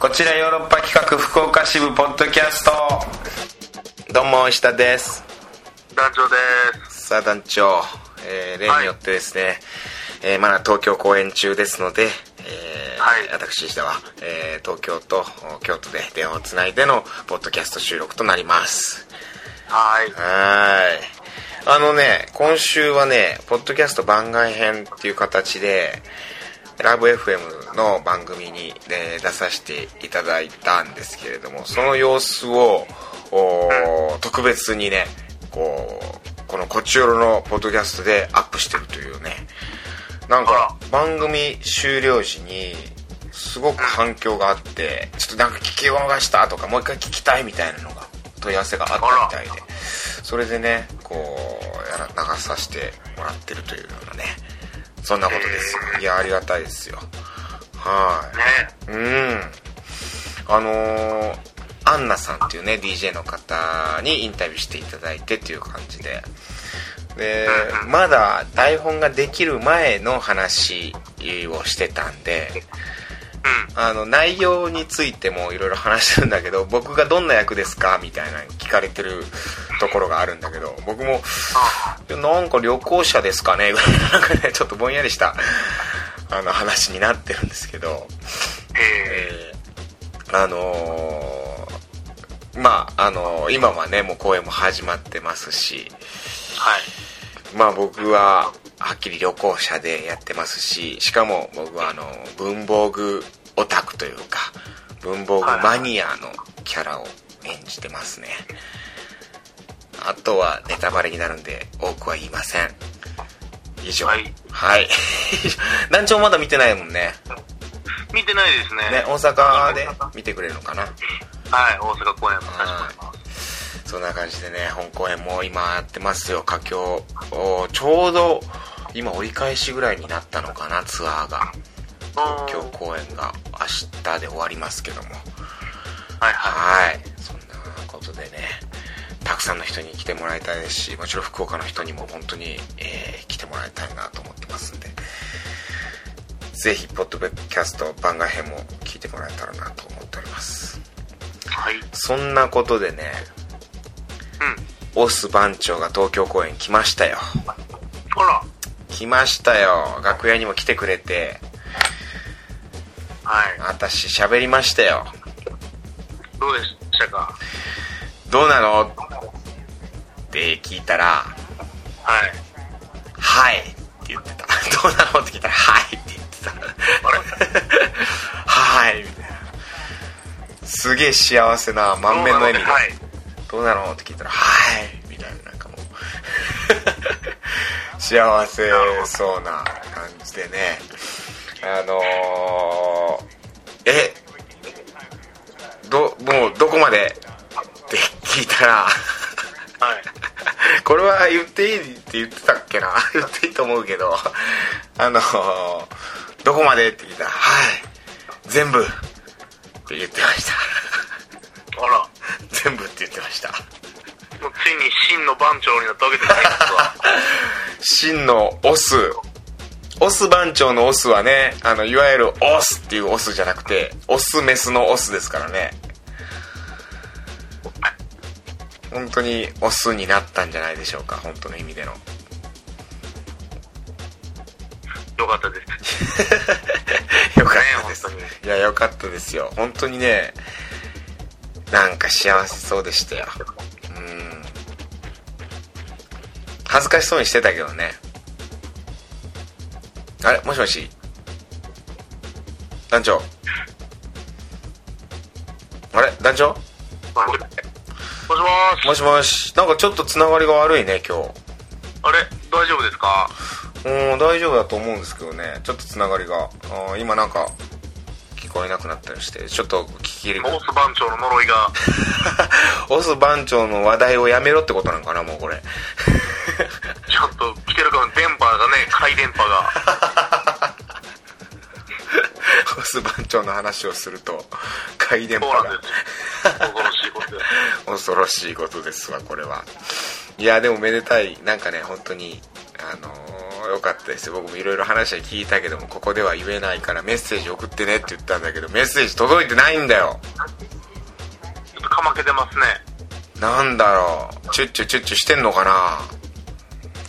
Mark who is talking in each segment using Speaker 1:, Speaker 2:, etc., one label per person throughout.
Speaker 1: こちらヨーロッパ企画福岡支部ポッドキャストどうも下です
Speaker 2: 団長です
Speaker 1: さあ団長、えー例によってですね、えーまだ東京公演中ですので、えー
Speaker 2: はい
Speaker 1: 私石田は、えー東京とお京都で電話をつないでのポッドキャスト収録となります
Speaker 2: はい
Speaker 1: はーいあのね今週はねポッドキャスト番外編っていう形でラブ f m の番組に、ね、出させていただいたんですけれどもその様子をおー特別にねこうこの「こちよろ」のポッドキャストでアップしてるというねなんか番組終了時にすごく反響があってちょっとなんか聞き逃したとかもう一回聞きたいみたいなのが問い合わせがあったみたいでそれでねこうやら流させてもらってるというようなねそんなことですよ
Speaker 2: えー
Speaker 1: いやありがたいですよは
Speaker 2: ね
Speaker 1: いうんあのーアンナさんっていうね DJ の方にインタビューしていただいてっていう感じでで
Speaker 2: うん
Speaker 1: まだ台本ができる前の話をしてたんで
Speaker 2: うん
Speaker 1: あの内容についてもいろいろ話してるんだけど僕がどんな役ですかみたいなの聞かれてるところがあるんだけど僕も
Speaker 2: あ
Speaker 1: いやなんか旅行者ですかねぐらいのなんかねちょっとぼんやりしたあの話になってるんですけど、
Speaker 2: え
Speaker 1: えーあのーまああのー今はねもう公演も始まってますし
Speaker 2: ー、はい
Speaker 1: まあ僕ははっきり旅行者でやってますししかも僕はあの文房具オタクというか文房具マニアのキャラを演じてますねあとはネタバレになるんで多くは言いません以上
Speaker 2: はい
Speaker 1: はい 団長まだ見てないもんね
Speaker 2: 見てないですね
Speaker 1: ね大阪で見てくれるのかな
Speaker 2: はい大阪公演もさせてもらいます
Speaker 1: そんな感じでね本公演も今やってますよ佳境おちょうど今折り返しぐらいになったのかなツアーが今
Speaker 2: お
Speaker 1: 日
Speaker 2: ー
Speaker 1: 公演が明日で終わりますけども
Speaker 2: はいは
Speaker 1: はいそんなことでねたくさんの人に来てもらいたいですしもちろん福岡の人にも本当に、えー来てもらいたいなと思ってますんでぜひポッドキャスト番外編も聞いてもらえたらなと思っております
Speaker 2: いはいうん
Speaker 1: そんなことでねオス番長が東京公演来ましたよ
Speaker 2: あら
Speaker 1: 来ましたよ楽屋にも来てくれて
Speaker 2: はい
Speaker 1: 私喋りましたよ
Speaker 2: どうでしたか
Speaker 1: どうなのって聞いたら
Speaker 2: はい
Speaker 1: 「はい」って言ってた 「どうなの?」って聞いたら「はい」って言ってた「 はい」みたいなすげえ幸せな満面の笑みで
Speaker 2: はい
Speaker 1: 「どうなの?」って聞いたら「はい」みたいななんかもう 幸せそうな感じでねあのー、えどもうどこまでって聞いたら
Speaker 2: はい
Speaker 1: これは言っていいって言ってたっけな 言っていいと思うけどあのどこまでって聞いたら「はい全部」って言ってました
Speaker 2: あら
Speaker 1: 全部って言ってました
Speaker 2: もうついに真の番長になったわけじゃないですわ
Speaker 1: 真のオスオス番長のオスはねあのいわゆるオスっていうオスじゃなくてオスメスのオスですからね本当にオスになったんじゃないでしょうか本当の意味での
Speaker 2: よかったです
Speaker 1: よかったです、
Speaker 2: ね本
Speaker 1: いやよかったですよ本当にねなんか幸せそうでしたようん恥ずかしそうにしてたけどねあれもしもし団長あれ団長
Speaker 2: もしもし
Speaker 1: もしもしなんかちょっとつながりが悪いね今日
Speaker 2: あれ大丈夫ですか
Speaker 1: うん大丈夫だと思うんですけどねちょっとつながりがあー今なんか聞こえなくなったりしてちょっと聞き入れ
Speaker 2: オース番長の呪いが
Speaker 1: オス番長の話題をやめろってことなんかなもうこれ
Speaker 2: ちょっと来てるかも電波がね回電波が
Speaker 1: オス番長の話をすると回電波
Speaker 2: そうなん
Speaker 1: が
Speaker 2: です恐ろしいことです
Speaker 1: 恐ろしいことですわこれはいやでもめでたいなんかね本当にあのーよかったですよ僕もいろいろ話は聞いたけどもここでは言えないからメッセージ送ってねって言ったんだけどメッセージ届いてないんだよ
Speaker 2: ちょっとかまけてますね。
Speaker 1: なんだろうチュッチュチュッチュしてんのかな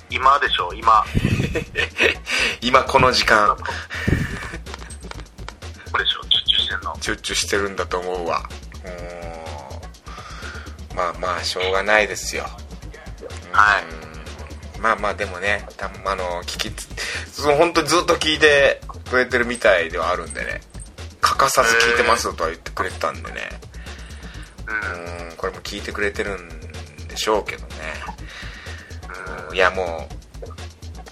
Speaker 2: 今でしょ、今。
Speaker 1: 今この時間
Speaker 2: これでしょ、チュッチュしてんの。
Speaker 1: チュッチュしてるんだと思うわうーんまあまあしょうがないですよ
Speaker 2: はい。
Speaker 1: うんまあまあでもねたあの聞きつその本当にずっと聞いてくれてるみたいではあるんでね欠かさず聞いてますとは言ってくれてたんでね
Speaker 2: うん。
Speaker 1: うんこれも聞いてくれてるんでしょうけどねうんいやもう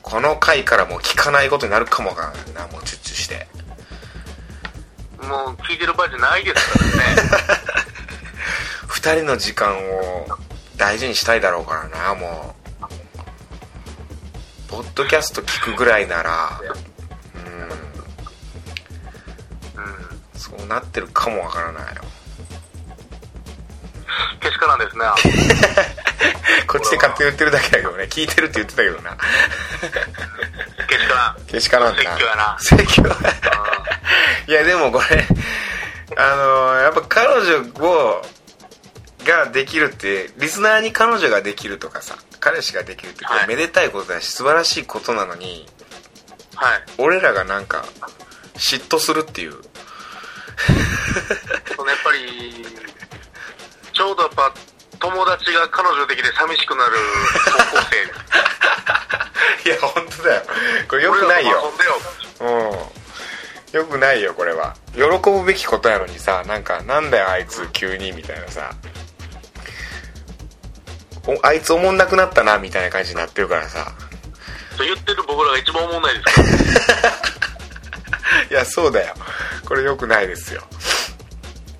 Speaker 1: この回からもう聞かないことになるかもわからんなもうチュッチュして
Speaker 2: もう聞いてる場合じゃないですからね。
Speaker 1: 2人の時間を大事にしたいだろうからなもうポッドキャスト聞くぐらいならうん
Speaker 2: うん。
Speaker 1: そうなってるかもわからないよ
Speaker 2: けしからんですね。
Speaker 1: こっちで勝手に言ってるだけだけどね聞いてるって言ってたけどな
Speaker 2: けしからん。
Speaker 1: けしからんな
Speaker 2: 説教やな
Speaker 1: 説教
Speaker 2: うん
Speaker 1: いやでもこれあのやっぱ彼女をができるってリスナーに彼女ができるとかさ彼氏ができるってこ
Speaker 2: は
Speaker 1: れ
Speaker 2: い
Speaker 1: めでたいことだし素晴らしいことなのに
Speaker 2: はい。
Speaker 1: 俺らがなんか嫉妬するっていう
Speaker 2: そのやっぱり、ちょうどやっぱ、友達が彼女できて寂しくなる高校生。
Speaker 1: いや本当だよこ れよく
Speaker 2: 俺
Speaker 1: な
Speaker 2: ら
Speaker 1: い
Speaker 2: とも
Speaker 1: よ
Speaker 2: 遊んでよ。
Speaker 1: うんよくないよこれは喜ぶべきことやのにさなんかなんだよあいつ急にみたいなさおあいつおもんなくなったなみたいな感じになってるからさ
Speaker 2: と言ってる僕らが一番思んないですから。
Speaker 1: いやそうだよこれよくないですよ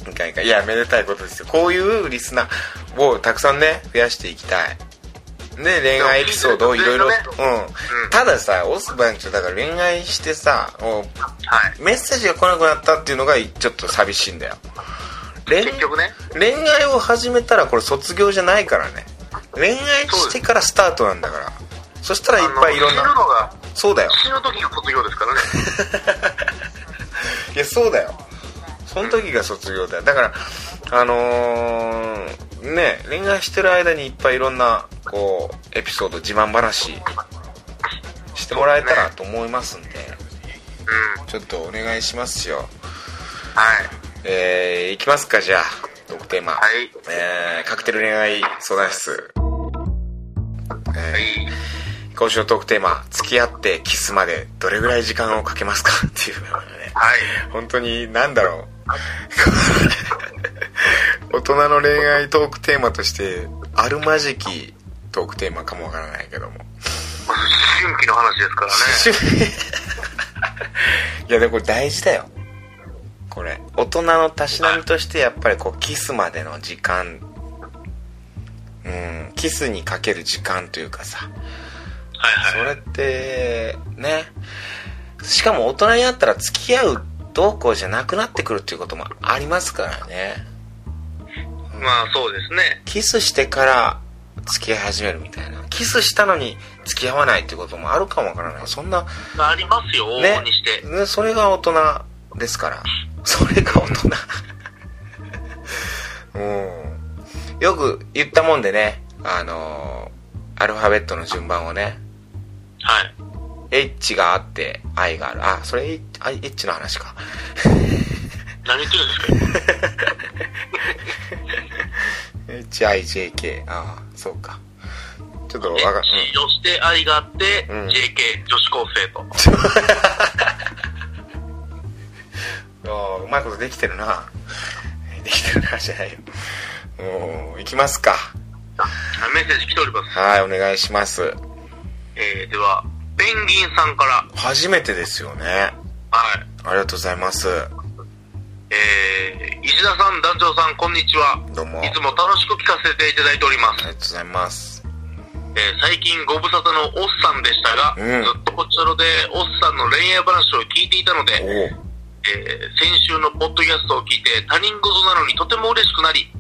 Speaker 1: いかんいかんいやめでたいことですよこういうリスナーをたくさんね増やしていきたいで恋愛エピソードをいろいろう
Speaker 2: で
Speaker 1: んたださオス番長だから恋愛してさお
Speaker 2: はい。
Speaker 1: メッセージが来なくなったっていうのがちょっと寂しいんだよ恋
Speaker 2: 結局ね。
Speaker 1: 恋愛を始めたらこれ卒業じゃないからね恋愛してからスタートなんだからそしたらいっぱいいろん
Speaker 2: あの死ぬ
Speaker 1: な
Speaker 2: のが、
Speaker 1: そうだよ
Speaker 2: 死ぬ時が卒業ですからね。
Speaker 1: いやそうだよその時が卒業だよだからあのーね恋愛してる間にいっぱいいろんなこうエピソード自慢話してもらえたらと思いますんで
Speaker 2: うん。
Speaker 1: ちょっとお願いしますよ
Speaker 2: はい。
Speaker 1: えー、いきますかじゃあトークテーマ、
Speaker 2: はい。
Speaker 1: えー、カクテル恋愛相談室、
Speaker 2: は
Speaker 1: え
Speaker 2: い。
Speaker 1: ー、今週のトークテーマ「付き合ってキスまでどれぐらい時間をかけますか?」っていうのがね
Speaker 2: はい。
Speaker 1: 本当に何だろう 大人の恋愛トークテーマとしてあるまじきトークテーマかもわからないけども、
Speaker 2: まあ思春期の話ですからね。
Speaker 1: いやでもこれ大事だよこれ大人のたしなみとしてやっぱりこうキスまでの時間うんキスにかける時間というかさ
Speaker 2: はい
Speaker 1: そ
Speaker 2: はい。
Speaker 1: れってねしかも大人になったら付き合うどうこうじゃなくなってくるっていうこともありますからね
Speaker 2: まあそうですね。
Speaker 1: キスしてから付き合い始めるみたいなキスしたのに付き合わないっていうこともあるかもわからないそんな
Speaker 2: まあありますよ、往
Speaker 1: ね
Speaker 2: 々にして。
Speaker 1: ねそれが大人ですからそれが大人 うんよく言ったもんでねあのーアルファベットの順番をね
Speaker 2: はい。
Speaker 1: H があって I があるあそれ H, I H の話か
Speaker 2: 何言ってるんですか今
Speaker 1: HIJK ああそうかちょっとわかん、うん、
Speaker 2: H をして愛があって、
Speaker 1: うん
Speaker 2: JK 女子高生と。
Speaker 1: あーうまいことできてるな できてるなじゃないよもう行きますか
Speaker 2: あメッセージ来ております。
Speaker 1: はいお願いします
Speaker 2: えー、では、ペンギンさんから。
Speaker 1: 初めてですよね
Speaker 2: はい。
Speaker 1: ありがとうございます
Speaker 2: えー、石田さん、団長さん、こんにちは。
Speaker 1: どうもあ
Speaker 2: い
Speaker 1: り
Speaker 2: つも楽しく聞かせていただいておりま
Speaker 1: が
Speaker 2: す。
Speaker 1: とうございます
Speaker 2: えー最近ご無沙汰のおっさんでしたが、
Speaker 1: うん
Speaker 2: ずっとこちらでおっさんの恋愛話を聞いていたの
Speaker 1: お
Speaker 2: で、
Speaker 1: お
Speaker 2: えー先週のポッドキャストを聞いて他人事なのにとても嬉しくなり、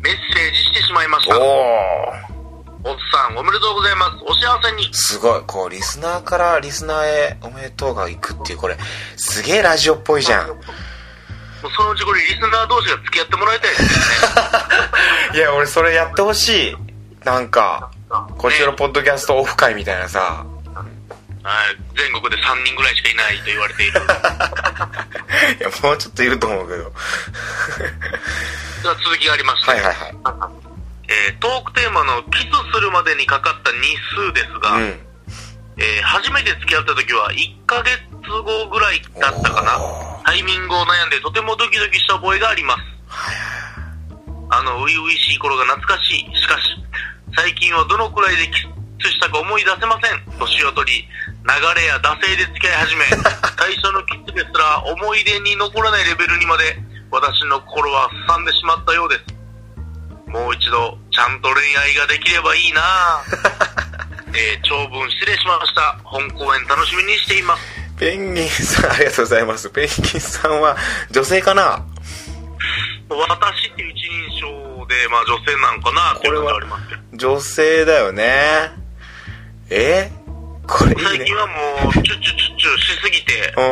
Speaker 2: メッセージしてしまいました。
Speaker 1: お
Speaker 2: おおっさん、おめでとうございます。お幸せに。
Speaker 1: すごい、こう、リスナーからリスナーへおめでとうが行くっていう、これ、すげえラジオっぽいじゃん
Speaker 2: も。うそのうちこれ、リスナー同士が付き合ってもらいたいですよ
Speaker 1: い
Speaker 2: ね。
Speaker 1: や、俺それやってほしい。なんか、こっちのポッドキャストオフ会みたいなさ。
Speaker 2: はい。全国で3人ぐらいしかいないと言われ ている。で
Speaker 1: いや、もうちょっといると思うけど。
Speaker 2: は続きがありまして、
Speaker 1: はいはいはい。
Speaker 2: えートークテーマのキスするまでにかかった日数ですが、
Speaker 1: うん。
Speaker 2: えー初めて付き合った時は1ヶ月後ぐらいだったかな
Speaker 1: お
Speaker 2: タイミングを悩んでとてもドキドキした覚えがありますあの初々しい頃が懐かしいしかし最近はどのくらいでキスしたか思い出せません年を取り流れや惰性で付き合い始め最初のキスですら思い出に残らないレベルにまで私の心はすさんでしまったようですもう一度ちゃんと恋愛ができればいいなぁえー長文失礼しました本公演楽しみにしています
Speaker 1: ペンギンさん、 ありがとうございます。ペンギンさんは女性かな
Speaker 2: 私っていう一人称で、まあ女性なんかなっていうのがありますけど。
Speaker 1: 女性だよね。えこれいい
Speaker 2: 最
Speaker 1: ね
Speaker 2: 近。はもう、チュッチュッチュッチュしすぎて、
Speaker 1: う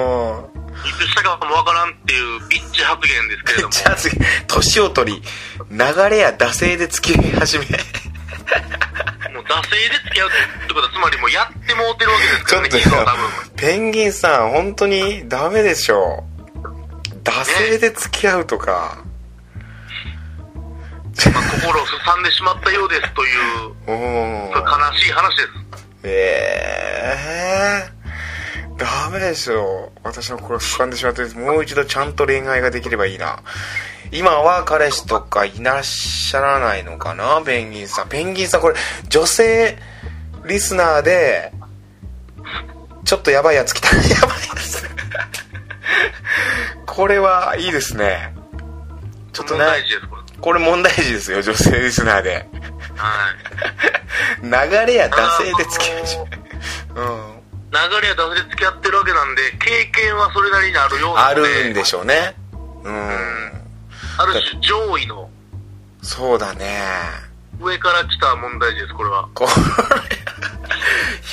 Speaker 1: ん。
Speaker 2: いつしたかもわからんっていうビッチ発言ですけ れども、
Speaker 1: じゃあ次、年を取り、流れや惰性で付き合い 始め。ち
Speaker 2: もう惰性で付き合うってことは、つまりもうやってもうてるわけですか
Speaker 1: ょ
Speaker 2: ら
Speaker 1: っ
Speaker 2: ね、
Speaker 1: と
Speaker 2: き
Speaker 1: よ
Speaker 2: っと多分。
Speaker 1: ペンギンさん、本当にダメでしょ。惰性で付き合うとか。
Speaker 2: まあ、心をすさんでしまったようですという、
Speaker 1: うん。
Speaker 2: 悲しい話です。
Speaker 1: ええー。ダメでしょ。私の心を掴んでしまってるんですもう一度ちゃんと恋愛ができればいいな。今は彼氏とかいらっしゃらないのかなペンギンさん。ペンギンさん、これ、女性リスナーで、ちょっとやばいやつ来た。 やばいやつ。これはいいですね。ちょっとね
Speaker 2: 問、題児です、これ。
Speaker 1: これ問題児ですよ、女性リスナーで。
Speaker 2: はい。
Speaker 1: 流れや惰性で付き合いし
Speaker 2: あのー
Speaker 1: うん。
Speaker 2: 流れや惰性で付き合ってるわけなんで、経験はそれなりにあるような
Speaker 1: あ
Speaker 2: ので、
Speaker 1: るんでしょうね。うん。
Speaker 2: ある種上位の、
Speaker 1: そうだね。
Speaker 2: 上から来た問題児です、これは。
Speaker 1: これ、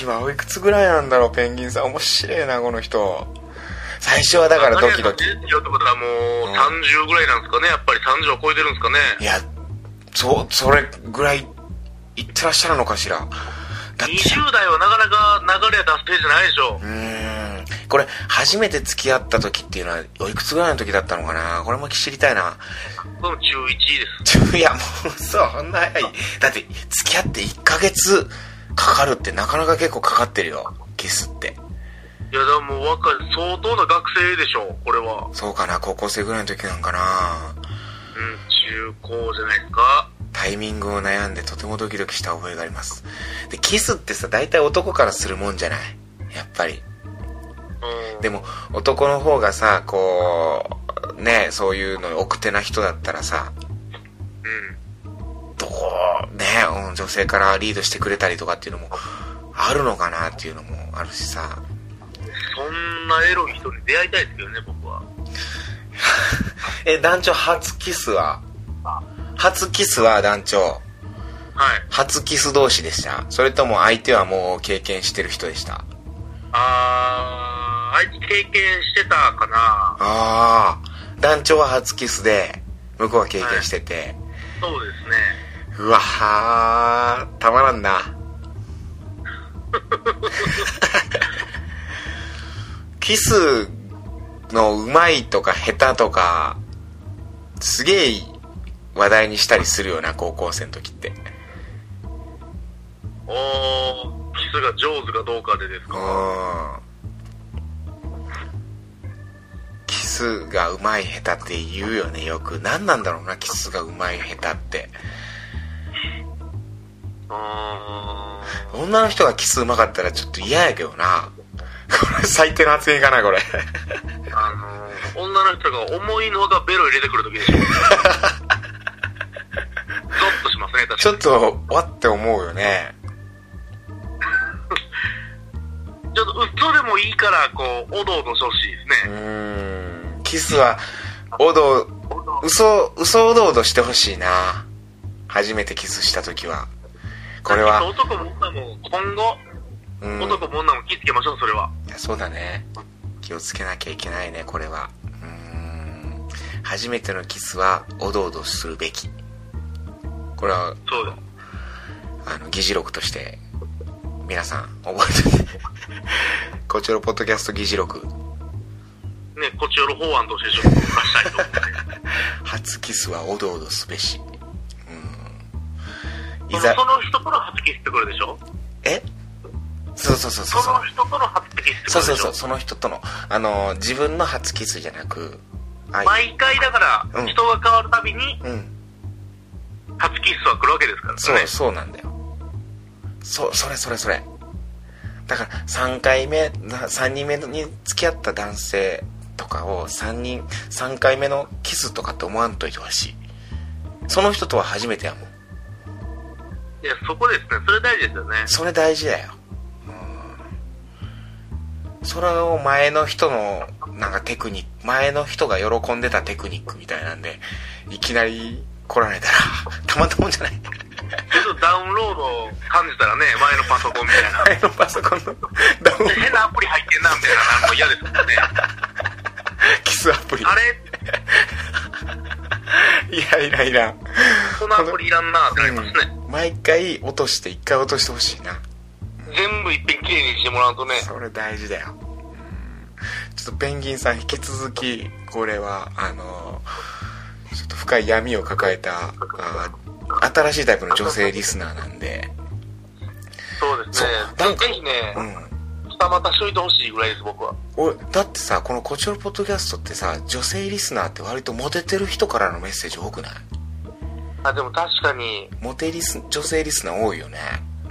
Speaker 1: 今おいくつぐらいなんだろう、ペンギンさん。面白いな、この人。最初はだからドキドキ。
Speaker 2: 何が30ってことはもうう30ぐらいなんですかね、やっぱり30を超えてるんですかね。
Speaker 1: いや、そ、それぐらい、いってらっしゃるのかしら。だって、
Speaker 2: 20代はなかなか流れは出すペーじゃないでしょ
Speaker 1: う。ーん。これ、初めて付き合った時っていうのは、おいくつぐらいの時だったのかなこれも知りたいな。
Speaker 2: これも中1です。
Speaker 1: ちょいや、もう、そう、そんな早い。だって、付き合って1ヶ月かかるってなかなか結構かかってるよ。キスって。
Speaker 2: いや、でももう若い、相当な学生でしょう、これは。
Speaker 1: そうかな、高校生ぐらいの時なんかな。
Speaker 2: うん、中高じゃないですか。
Speaker 1: タイミングを悩んでとてもドキドキした覚えがあります。で、キスってさ、大体男からするもんじゃないやっぱり。
Speaker 2: うん。
Speaker 1: でも、男の方がさ、こう、ね、そういうの奥手な人だったらさ、
Speaker 2: うん。
Speaker 1: どう、ね、うん女性からリードしてくれたりとかっていうのも、あるのかなっていうのもあるしさ。
Speaker 2: そんなエロい人に出会いたいですけどね、僕は。
Speaker 1: え、団長、初キスは初キスは団長、
Speaker 2: はい。
Speaker 1: 初キス同士でしたそれとも相手はもう経験してる人でした
Speaker 2: あー、あいつ経験してたかな。
Speaker 1: ああ、団長は初キスで、向こうは経験してて、
Speaker 2: そうですね。
Speaker 1: うわはー、たまらんな。キスのうまいとか下手とか、すげえ話題にしたりするよな、高校生の時って。
Speaker 2: おー、キスが上手かどうかでです
Speaker 1: う
Speaker 2: か。
Speaker 1: ん。キスがうまい下手って言うよね、よく。何なんだろうな、キスがうまい下手って。
Speaker 2: あ
Speaker 1: 女の人がキスうまかったらちょっと嫌やけどな。これ最低の発言かな、これ。
Speaker 2: ーあのー、女の人が思いのほかベロ入れてくるとき でしょ。ゾッとしますね、確
Speaker 1: ち
Speaker 2: か
Speaker 1: ょっと、わって思うよね。
Speaker 2: に。ちょっと、嘘でもいいから、こう、おどおどしてほしいです
Speaker 1: う
Speaker 2: ね。
Speaker 1: ーん。キスは、おど、嘘、嘘おどおどしてほしいな。初めてキスした時は。これ
Speaker 2: ちょ
Speaker 1: は
Speaker 2: っと男も女も今後、
Speaker 1: うん
Speaker 2: 男も女も気ぃつけましょう、それは。
Speaker 1: いやそうだね気をつけなきゃいけないねこれはうーん初めてのキスはおどおどするべきこれは
Speaker 2: そうだ。
Speaker 1: あの議事録として皆さん覚えておいて こちらのポッドキャスト議事録
Speaker 2: ね、こっちよる法案としてちょっと動かしたいと。
Speaker 1: 初キスはおどおどすべしうんい
Speaker 2: その
Speaker 1: ざ
Speaker 2: その人との初キスってことでしょ
Speaker 1: えそうそうそうそ
Speaker 2: そ
Speaker 1: うそう
Speaker 2: の人との初キスってことでし
Speaker 1: そ
Speaker 2: ょ
Speaker 1: うそうそうその人とのあの自分の初キスじゃなくあ
Speaker 2: 毎回だか
Speaker 1: うん
Speaker 2: ら、人が変わるたびに、
Speaker 1: うん
Speaker 2: 初キスは来るわけですからね。
Speaker 1: そう、そうなんだよ。そう、それそれそれ。だから、3回目、な3人目に付き合った男性とかを、3人、3回目のキスとかって思わんといてほしい。その人とは初めてやもん。
Speaker 2: いや、そこですね。それ大事ですよね。
Speaker 1: それ大事だよ。うん。それを前の人の、なんかテクニック、前の人が喜んでたテクニックみたいなんで、いきなり来られたら、たまったもんじゃない。
Speaker 2: ちょっとダウンロードを感じたらね、前のパソコンみたいな。
Speaker 1: 前のパソコンのダウン
Speaker 2: 変なアプリ入ってんな、みたいな、なんも嫌ですもんね。
Speaker 1: キスアプリ。
Speaker 2: あれ
Speaker 1: いやいらんいらん。
Speaker 2: このアプリいらんな、ってなりますね。
Speaker 1: 毎回落として、一回落としてほしいな。
Speaker 2: 全部いっぺん綺麗にしてもらうとね、
Speaker 1: それ大事だよ。うんちょっとペンギンさん引き続き、これは、あの、ちょっと深い闇を抱えた、あ新しいタイプの女性リスナーなんで、
Speaker 2: そうですね
Speaker 1: そう。なんか
Speaker 2: ぜひね
Speaker 1: う、ん。
Speaker 2: 二股しといてほしいぐらいです、僕は。
Speaker 1: 俺、だってさ、このこちらのポッドキャストってさ、女性リスナーって割とモテてる人からのメッセージ多くない
Speaker 2: あ、でも確かに、
Speaker 1: モテリス、女性リスナー多いよね。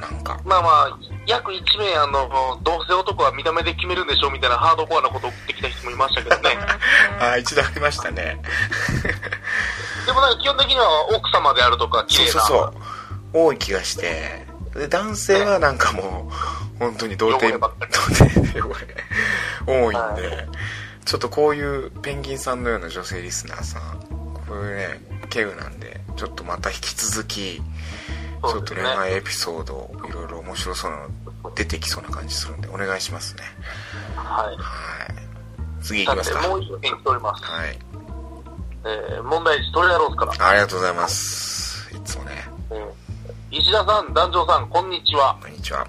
Speaker 1: なんか。
Speaker 2: まあまあ、約1名、あの、どうせ男は見た目で決めるんでしょみたいなハードコアなことを送ってきた人もいましたけど ね。
Speaker 1: あ、一度ありましたね。
Speaker 2: でもなんか基本的には奥様であるとか、綺
Speaker 1: そう
Speaker 2: 麗
Speaker 1: そ
Speaker 2: な。
Speaker 1: うそう多い気がしてで男性はなんかもう本当に童貞
Speaker 2: 汚ればっかり
Speaker 1: 童貞で多いんで、
Speaker 2: は
Speaker 1: ちょっとこういうペンギンさんのような女性リスナーさんこれね稀有なんでちょっとまた引き続きち
Speaker 2: そ
Speaker 1: ょ
Speaker 2: う
Speaker 1: っ
Speaker 2: で
Speaker 1: と
Speaker 2: す
Speaker 1: 恋
Speaker 2: ね。
Speaker 1: 愛エピソードいろいろ面白そうなの出てきそうな感じするんでお願いしますね
Speaker 2: はい。
Speaker 1: はい次いき
Speaker 2: さ
Speaker 1: ます
Speaker 2: て
Speaker 1: か、
Speaker 2: も
Speaker 1: は
Speaker 2: う一件来ております。
Speaker 1: い
Speaker 2: えー、問題児、トリアロースから。
Speaker 1: ありがとうございますいつもね
Speaker 2: えー石田さん、団長さん、こんにちは。
Speaker 1: こんにちは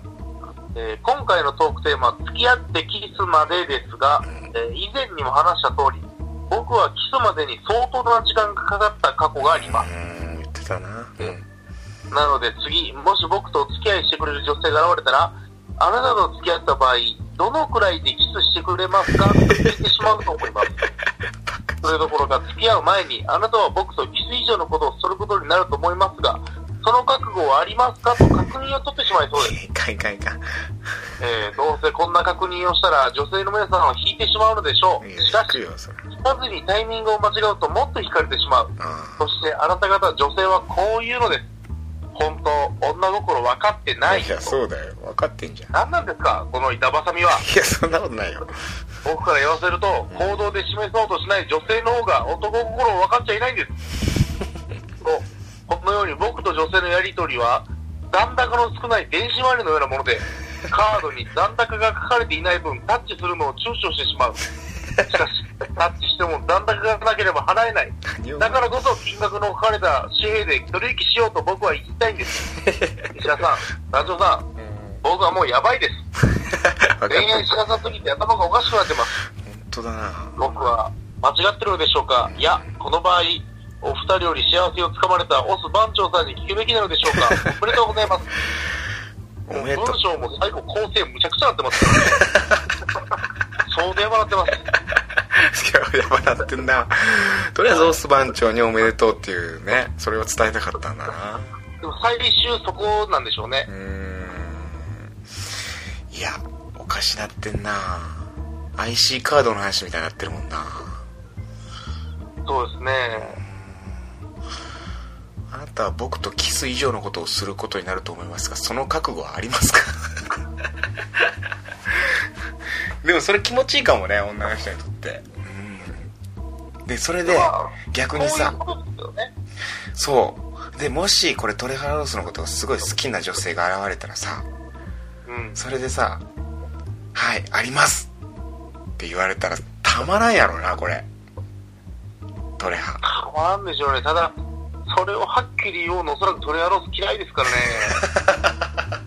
Speaker 2: えー今回のトークテーマ、付き合ってキスまでですが、えー以前にも話した通り、僕はキスまでに相当な時間がかかった過去があり
Speaker 1: う
Speaker 2: ます。
Speaker 1: ーん言ってたなうん
Speaker 2: なので次、もし僕とお付き合いしてくれる女性が現れたら、あなたと付き合った場合、どのくらいでキスしてくれますかと聞いてしまうと思います。それどころか、付き合う前に、あなたは僕とキス以上のことをすることになると思いますが、その覚悟はありますかと確認を取ってしまいそうです。
Speaker 1: いかんいかんいかん
Speaker 2: えー、どうせこんな確認をしたら、女性の皆さんは引いてしまうのでしょう。
Speaker 1: いや
Speaker 2: しか
Speaker 1: 引く
Speaker 2: し、
Speaker 1: よそれ
Speaker 2: 引かずにタイミングを間違うともっと引かれてしまう。
Speaker 1: あ
Speaker 2: そしてあなた方女性はこういうのです。本当、女心分かって
Speaker 1: あ
Speaker 2: ない
Speaker 1: い。やそうだよ分かってんじゃん
Speaker 2: 何なんですかこの板挟みは。
Speaker 1: いやそんなことないよ
Speaker 2: 僕から言わせると、行動で示そうとしない女性の方が男心を分かっちゃいないんです。 とこのように僕と女性のやりとりは、残高の少ない電子マネーのようなもので、カードに残高が書かれていない分、タッチするのを躊躇してしまう。しかし、タッチしても残高がなければ払えない。
Speaker 1: 何を
Speaker 2: だからこそ金額の書かれた紙幣で取引しようと僕は言いたい んです。石田さん、団長さん、僕はもうやばいです。
Speaker 1: 分かっ
Speaker 2: 恋
Speaker 1: て
Speaker 2: 愛
Speaker 1: る
Speaker 2: しなさすぎて頭がおかしくなってます。
Speaker 1: 本当だな
Speaker 2: 僕は間違ってるのでしょうかいや、この場合、お二人より幸せをつかまれたオス番長さんに聞くべきなのでしょう かおめでとうございます。
Speaker 1: おめでとう
Speaker 2: 文章も最後構成むちゃくちゃなってますからね。そうでやばなってます。
Speaker 1: いややばなってんなとりあえずオス番長におめでとうっていうねそれを伝えたかったんだな
Speaker 2: でも最終そこなんでしょうね
Speaker 1: う。ーんいやおかしなってんな IC カードの話みたいになってるもんな
Speaker 2: そうですね。
Speaker 1: あなたは僕とキス以上のことをすることになると思いますがその覚悟はありますか でもそれ気持ちいいかもね女の人にとってうんでそれで
Speaker 2: まあ
Speaker 1: 逆にさ
Speaker 2: こういうことですよね。
Speaker 1: そうでもしこれトレハラロースのことがすごい好きな女性が現れたらさ
Speaker 2: うん。
Speaker 1: それでさ「はいあります」って言われたらたまらんやろなこれトレハ
Speaker 2: 変わらんでしょうね。ただ、それをはっきり言おうの、おそらくトレアロース嫌いですからね。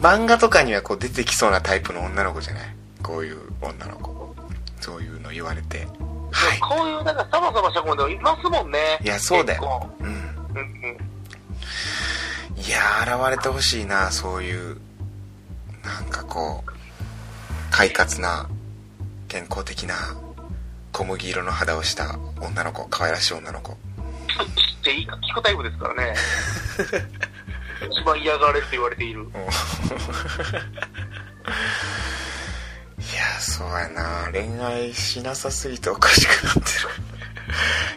Speaker 1: 漫画とかにはこう出てきそうなタイプの女の子じゃないこういう女の子そういうの言われてはい
Speaker 2: こういう、なんか、サバサバした子もいますもんね。
Speaker 1: いやそうだよ
Speaker 2: 結構
Speaker 1: うん
Speaker 2: うんうん。
Speaker 1: いやー現れてほしいなそういうなんかこう快活な健康的な小麦色の肌をした女の子可愛らしい女の子
Speaker 2: ちょっと知っていいか聞くタイプですからね。 一番嫌がられると言われている。
Speaker 1: うん いやそうやな恋愛しなさすぎておかしくなって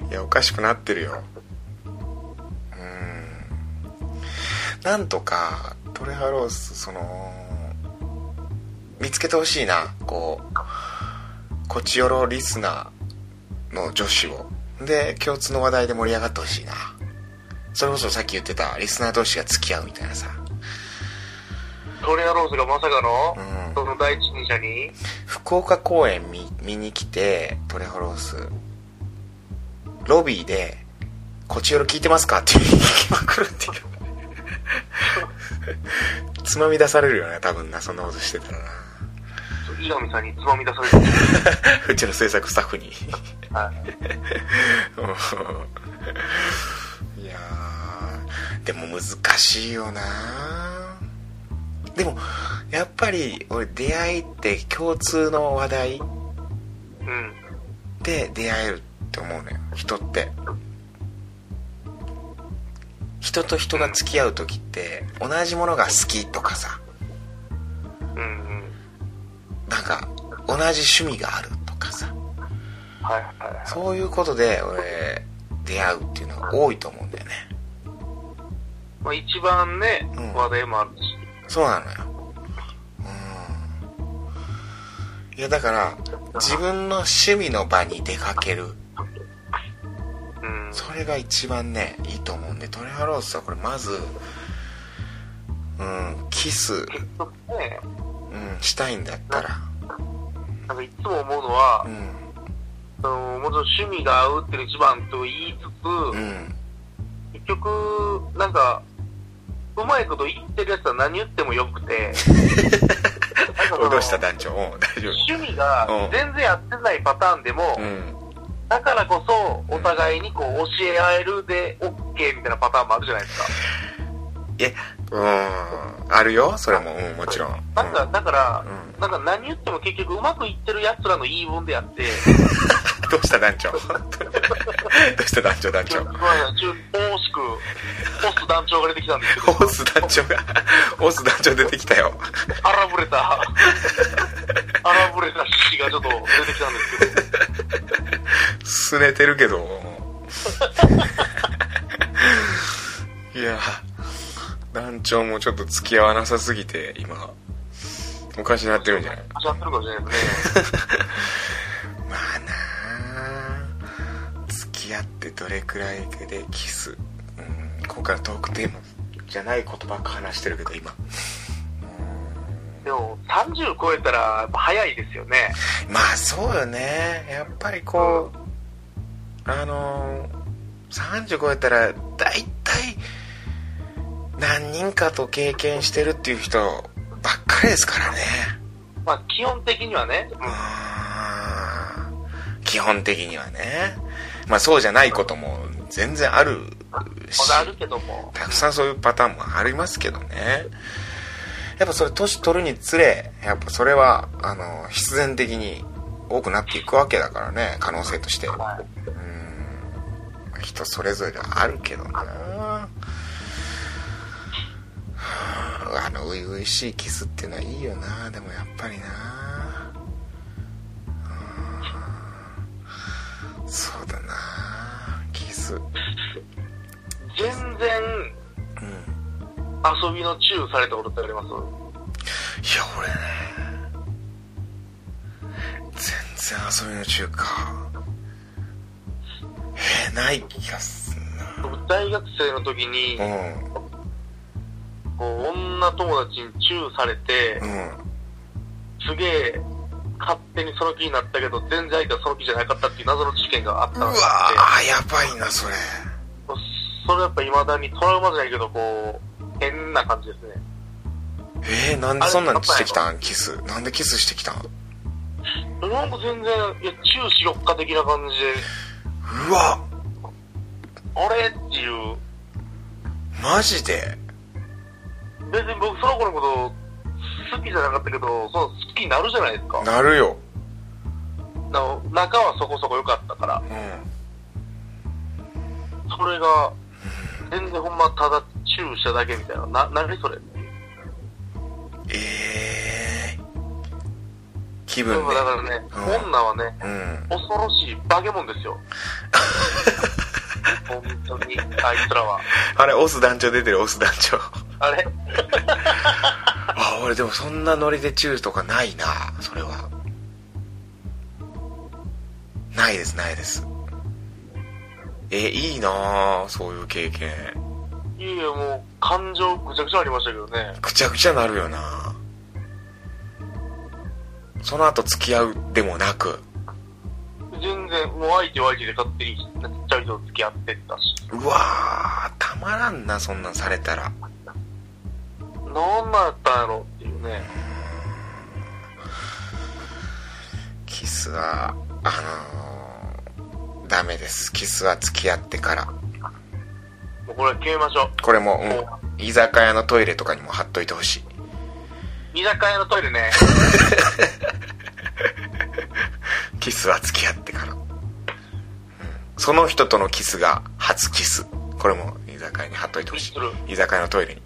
Speaker 1: るい やおかしくなってるようんなんとかトレハロースその見つけてほしいなこうこちよろリスナーの女子をで共通の話題で盛り上がってほしいなそれこそさっき言ってたリスナー同士が付き合うみたいなさ
Speaker 2: トレアロースがまさかの、
Speaker 1: うん
Speaker 2: その第一人者に、
Speaker 1: 福岡公演見見に来てトレホロースロビーで「こちよろ聞いてますか?」って言いまくるっていうつまみ出されるよね多分なそんなことしてたらな
Speaker 2: 井上さんにつまみ出されてる。
Speaker 1: うちの制作スタッフに
Speaker 2: は い。
Speaker 1: いやーでも難しいよなでもやっぱり俺出会いって共通の話題
Speaker 2: うん。
Speaker 1: で出会えるって思うのよ人って人と人が付き合う時って同じものが好きとかさ
Speaker 2: うんうん。
Speaker 1: なんか同じ趣味があるとかさ
Speaker 2: はいはいはい。
Speaker 1: そういうことで俺出会うっていうのが多いと思うんだよね
Speaker 2: まあ、一番ね、
Speaker 1: うん
Speaker 2: 話題もあるし。
Speaker 1: そうなのようんいやだから自分の趣味の場に出かける
Speaker 2: うん。
Speaker 1: それが一番ねいいと思うんでトレハロースはこれまずうんキス、
Speaker 2: 結局ね、
Speaker 1: うん、したいんだったら
Speaker 2: なんかいつも思うのは、
Speaker 1: うん
Speaker 2: そのもちろん趣味が合うっていうのが一番と言いつつ、
Speaker 1: うん
Speaker 2: 結局、なんか、うまいこと言ってるやつは何言ってもよく て、なんかその
Speaker 1: どうした団長うん大丈
Speaker 2: 趣味が
Speaker 1: うん
Speaker 2: 全然やってないパターンでも、
Speaker 1: 夫うん
Speaker 2: だからこそ、お互いにこう教え合えるで OK みたいなパターンもあるじゃないですか。
Speaker 1: うんあるよそれもうんもちろんうん
Speaker 2: なんか、だから、
Speaker 1: うん
Speaker 2: なんか何言っても結局うまくいってる奴らの言い分であって、
Speaker 1: どうした団長 どうした団長団
Speaker 2: ちょっ
Speaker 1: 長
Speaker 2: と、中、惜しく、ホス団長が出てきたんですけど、
Speaker 1: オス団長がオス団長出てきたよ
Speaker 2: 荒ぶれた、荒ぶれた獅子がちょっと出てきたんですけど、
Speaker 1: 拗ねてるけど いや団長もちょっと付き合わなさすぎて今おかしなってるんじゃない
Speaker 2: しゃってるかもしれないですね。
Speaker 1: まあなあ付き合ってどれくらいでキスうん今回のトークテーマじゃない言葉か話してるけど今
Speaker 2: でも、30超えたら、やっぱ早いですよね。
Speaker 1: まあそうよねやっぱりこうあのー30超えたら大体何人かと経験してるっていう人ばっかりですからね
Speaker 2: まあ、基本的にはね、うん
Speaker 1: うん基本的にはねまあそうじゃないことも全然あるし
Speaker 2: まだあるけども。
Speaker 1: たくさんそういうパターンもありますけどねやっぱそれ年取るにつれやっぱそれはあの必然的に多くなっていくわけだからね可能性としてう
Speaker 2: は
Speaker 1: ん
Speaker 2: い
Speaker 1: 人それぞれあるけどなはああの初々しいキスっていうのはいいよなでもやっぱりなうんそうだなキスうん
Speaker 2: 全然、遊びのチューされたことってあります
Speaker 1: いや俺ね全然遊びの中かえーない気がすんな
Speaker 2: 僕大学生の時に、
Speaker 1: うん
Speaker 2: こう女友達にチューされて、
Speaker 1: うん
Speaker 2: すげえ勝手にその気になったけど全然相手はその気じゃなかったっていう謎の事件があった
Speaker 1: う
Speaker 2: のが
Speaker 1: わ
Speaker 2: あ
Speaker 1: ーやばいなそれ
Speaker 2: ってそれやっぱ未だにトラウマじゃないけどこう変な感じですね
Speaker 1: えー、なんでそんなんしてきたんキスなんでキスしてきたん
Speaker 2: なんか全然いやチューしよっか的な感じで
Speaker 1: うわ
Speaker 2: あれっていう
Speaker 1: マジで
Speaker 2: 別に僕その子のこと好きじゃなかったけどその好きになるじゃないですか
Speaker 1: なるよ
Speaker 2: なお仲はそこそこ良かったから
Speaker 1: うん
Speaker 2: それが全然ほんまただチューしただけみたいなな何それ
Speaker 1: ええ気
Speaker 2: で
Speaker 1: 分
Speaker 2: も
Speaker 1: ね
Speaker 2: だからね、
Speaker 1: うん
Speaker 2: 女はね
Speaker 1: うん
Speaker 2: 恐ろしい化け物で すよ本当にあいつらは
Speaker 1: あれオス団長出てるオス団長
Speaker 2: あれ
Speaker 1: あ俺でもそんなノリでチューとかないなそれはないですないですえいいなあそういう経験
Speaker 2: いやもう感情ぐちゃぐちゃありましたけどね
Speaker 1: くちゃくちゃなるよなその後付き合うでもなく
Speaker 2: 全然もう相手は相手で勝手にちっちゃい人と付き合ってったし
Speaker 1: うわーたまらんなそんなんされたら
Speaker 2: なんなんやったんやろっていうね
Speaker 1: キスはあのー、ダメですキスは付き合ってから
Speaker 2: もうこれは決めましょ
Speaker 1: これも
Speaker 2: う、もう
Speaker 1: うん居酒屋のトイレとかにも貼っといてほしい
Speaker 2: 居酒屋のトイ レね
Speaker 1: キスは付き合ってから、うんその人とのキスが初キスこれも居酒屋に貼っといてほし
Speaker 2: する
Speaker 1: い居酒屋のトイレに、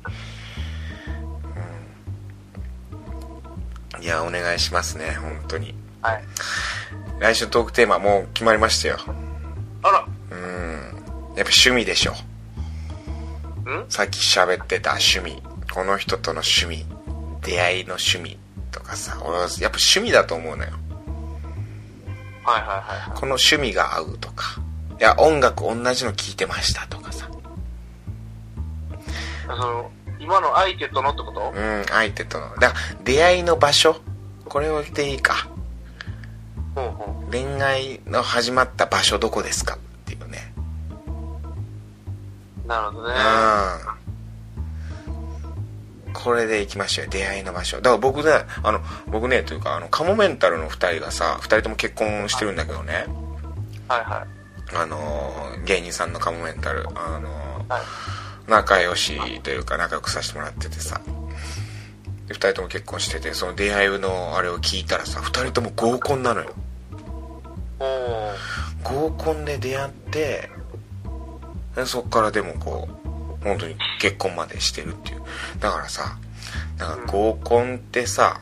Speaker 1: うん、いやお願いしますね本当に
Speaker 2: はい
Speaker 1: 来週のトークテーマもう決まりましたよ
Speaker 2: あら
Speaker 1: うんやっぱ趣味でしょ
Speaker 2: ん
Speaker 1: さっき喋ってた趣味この人との趣味出会いの趣味とかさ俺はやっぱ趣味だと思うのよ
Speaker 2: はいはいはいはい
Speaker 1: この趣味が合うとかいや音楽同じの聴いてましたとかさ
Speaker 2: その今の相手とのってこと
Speaker 1: うん相手とのだから出会いの場所これを言っていいか
Speaker 2: ほうほう
Speaker 1: 恋愛の始まった場所どこですかっていうね
Speaker 2: なるほどね
Speaker 1: うんこれで行きましょうよ出会いの場所だから僕ねあの僕ねというかあのカモメンタルの2人がさ2人とも結婚してるんだけどね
Speaker 2: はいは
Speaker 1: あのー芸人さんのカモメンタルあの
Speaker 2: いはい
Speaker 1: ー仲良しというか仲良くさせてもらっててさ2人とも結婚しててその出会いのあれを聞いたらさ2人とも合コンなのよ
Speaker 2: おお
Speaker 1: 合コンで出会ってでそっからでもこう本当に結婚までしてるっていうだからさなんか合コンってさ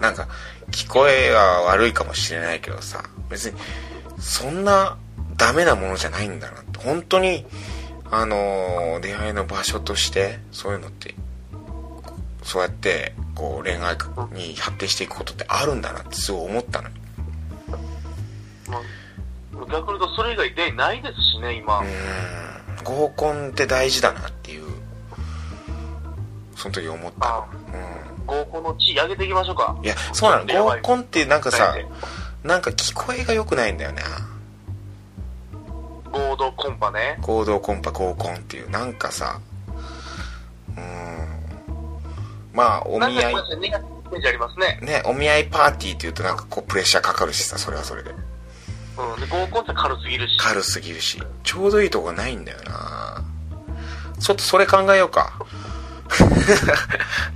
Speaker 1: なんか聞こえは悪いかもしれないけどさ別にそんなダメなものじゃないんだなって本当にあのー出会いの場所としてそういうのってそうやってこう恋愛に発展していくことってあるんだなってすごい思ったのよ
Speaker 2: 逆に言うとそれ以外出会いないですしね今、
Speaker 1: うん合コンって大事だなっていうその時思った
Speaker 2: あ
Speaker 1: う
Speaker 2: 合コンの地位上げていきましょうか
Speaker 1: んいやそうなの
Speaker 2: やばい
Speaker 1: 合コンってなんかさ
Speaker 2: 二人で
Speaker 1: なんか聞こえが良くないんだよな
Speaker 2: 合同コンパね
Speaker 1: 合同コンパ合コンっていうなんかさうんまあお見合い
Speaker 2: なんか苦手イメージありますね、
Speaker 1: ねお見合いパーティーっていうとなんかこうプレッシャーかかるしさそれはそれで
Speaker 2: うん、で合コンって軽すぎるし
Speaker 1: 軽すぎるしちょうどいいとこがないんだよなちょっとそれ考えようか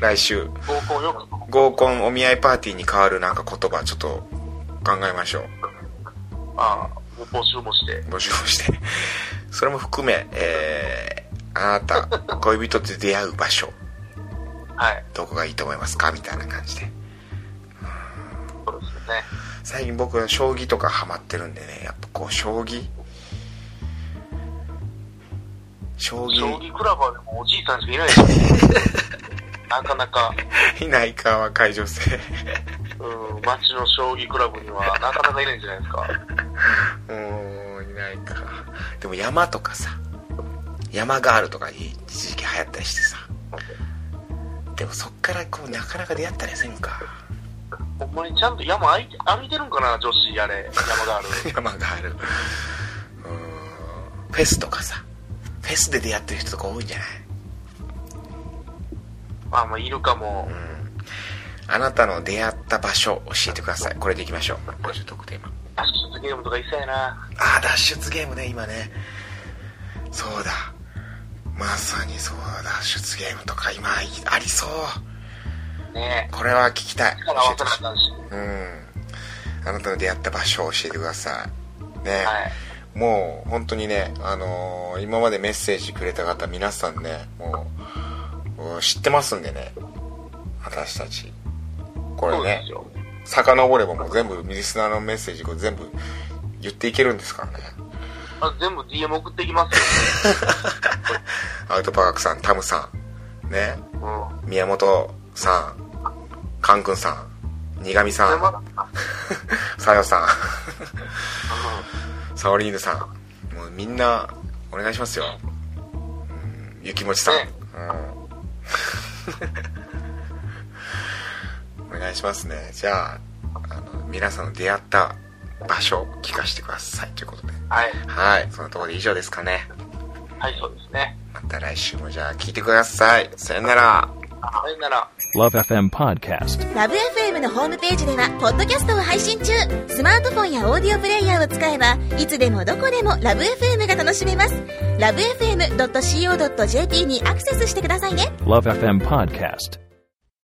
Speaker 1: 来週
Speaker 2: 合コンよく
Speaker 1: 合コンお見合いパーティーに変わるなんか言葉ちょっと考えましょ
Speaker 2: ああ募集もして
Speaker 1: う募集をしてそれも含めえー、あなた恋人と出会う場所
Speaker 2: はい
Speaker 1: どこがいいと思いますかみたいな感じで
Speaker 2: そうですよね
Speaker 1: 最近僕は将棋とかハマってるんでねやっぱこう将棋将
Speaker 2: 将
Speaker 1: 棋
Speaker 2: 棋クラブはでもおじいさんしかいないでしょ なかなか、
Speaker 1: いないかは会場制
Speaker 2: うん、街の将棋クラブにはなかなかいないんじゃないですか
Speaker 1: うーんいないかでも山とかさ
Speaker 2: う
Speaker 1: 山ガールとか一時期流行ったりしてさでもそっからこうなかなか出会ったりせんか
Speaker 2: ほんまにちゃんと山歩いて歩いてるんかな、女子、あれ、山がある。
Speaker 1: 山ガールうーんフェスとかさフェスで出会ってる人とか多いんじゃない
Speaker 2: まあ、まあ、いるかも。
Speaker 1: あなたの出会った場所教えてくださいこれでいきましょう今週トークテーマ
Speaker 2: 脱出ゲームとか一切やな。
Speaker 1: ああ脱出ゲームね今ねそうだまさにそうだ脱出ゲームとか今ありそう
Speaker 2: ね
Speaker 1: これは聞きたい
Speaker 2: え。から合わせなあかんし。
Speaker 1: うんあなたの出会った場所を教えてくださいね、
Speaker 2: はい。
Speaker 1: もう本当にね、あのー今までメッセージくれた方皆さんねもうもう知ってますんでね私たちこれ
Speaker 2: そうで
Speaker 1: ね
Speaker 2: すよ。
Speaker 1: 遡ればもう全部リスナーのメッセージこれ全部言っていけるんですからね
Speaker 2: あ全部 DM 送ってきます
Speaker 1: アウトパークさんタムさんね
Speaker 2: よ。うん。
Speaker 1: 宮本さんカンくんさん苦味さ
Speaker 2: で
Speaker 1: ん
Speaker 2: ま
Speaker 1: さよさ
Speaker 2: あ
Speaker 1: んサオリーヌさんもうみんなお願いしますよ、うん、ゆきもちさん、
Speaker 2: ね
Speaker 1: うん、お 願いしますねじゃああの皆さんの出会った場所聞かせてくださいということで
Speaker 2: のはい。
Speaker 1: はいそんなところで以上ですかね
Speaker 2: はい、そうですね。
Speaker 1: また来週もじゃあ聞いてくださいさよなら
Speaker 2: さよなら。
Speaker 3: Love FM Podcast.
Speaker 4: ラブ f m のホームページではポッドキャストを配信中スマートフォンやオーディオプレイヤーを使えばいつでもどこでもラブ f m が楽しめますラブ FM.co.jp にアクセスしてくださいね
Speaker 3: Love FM Podcast.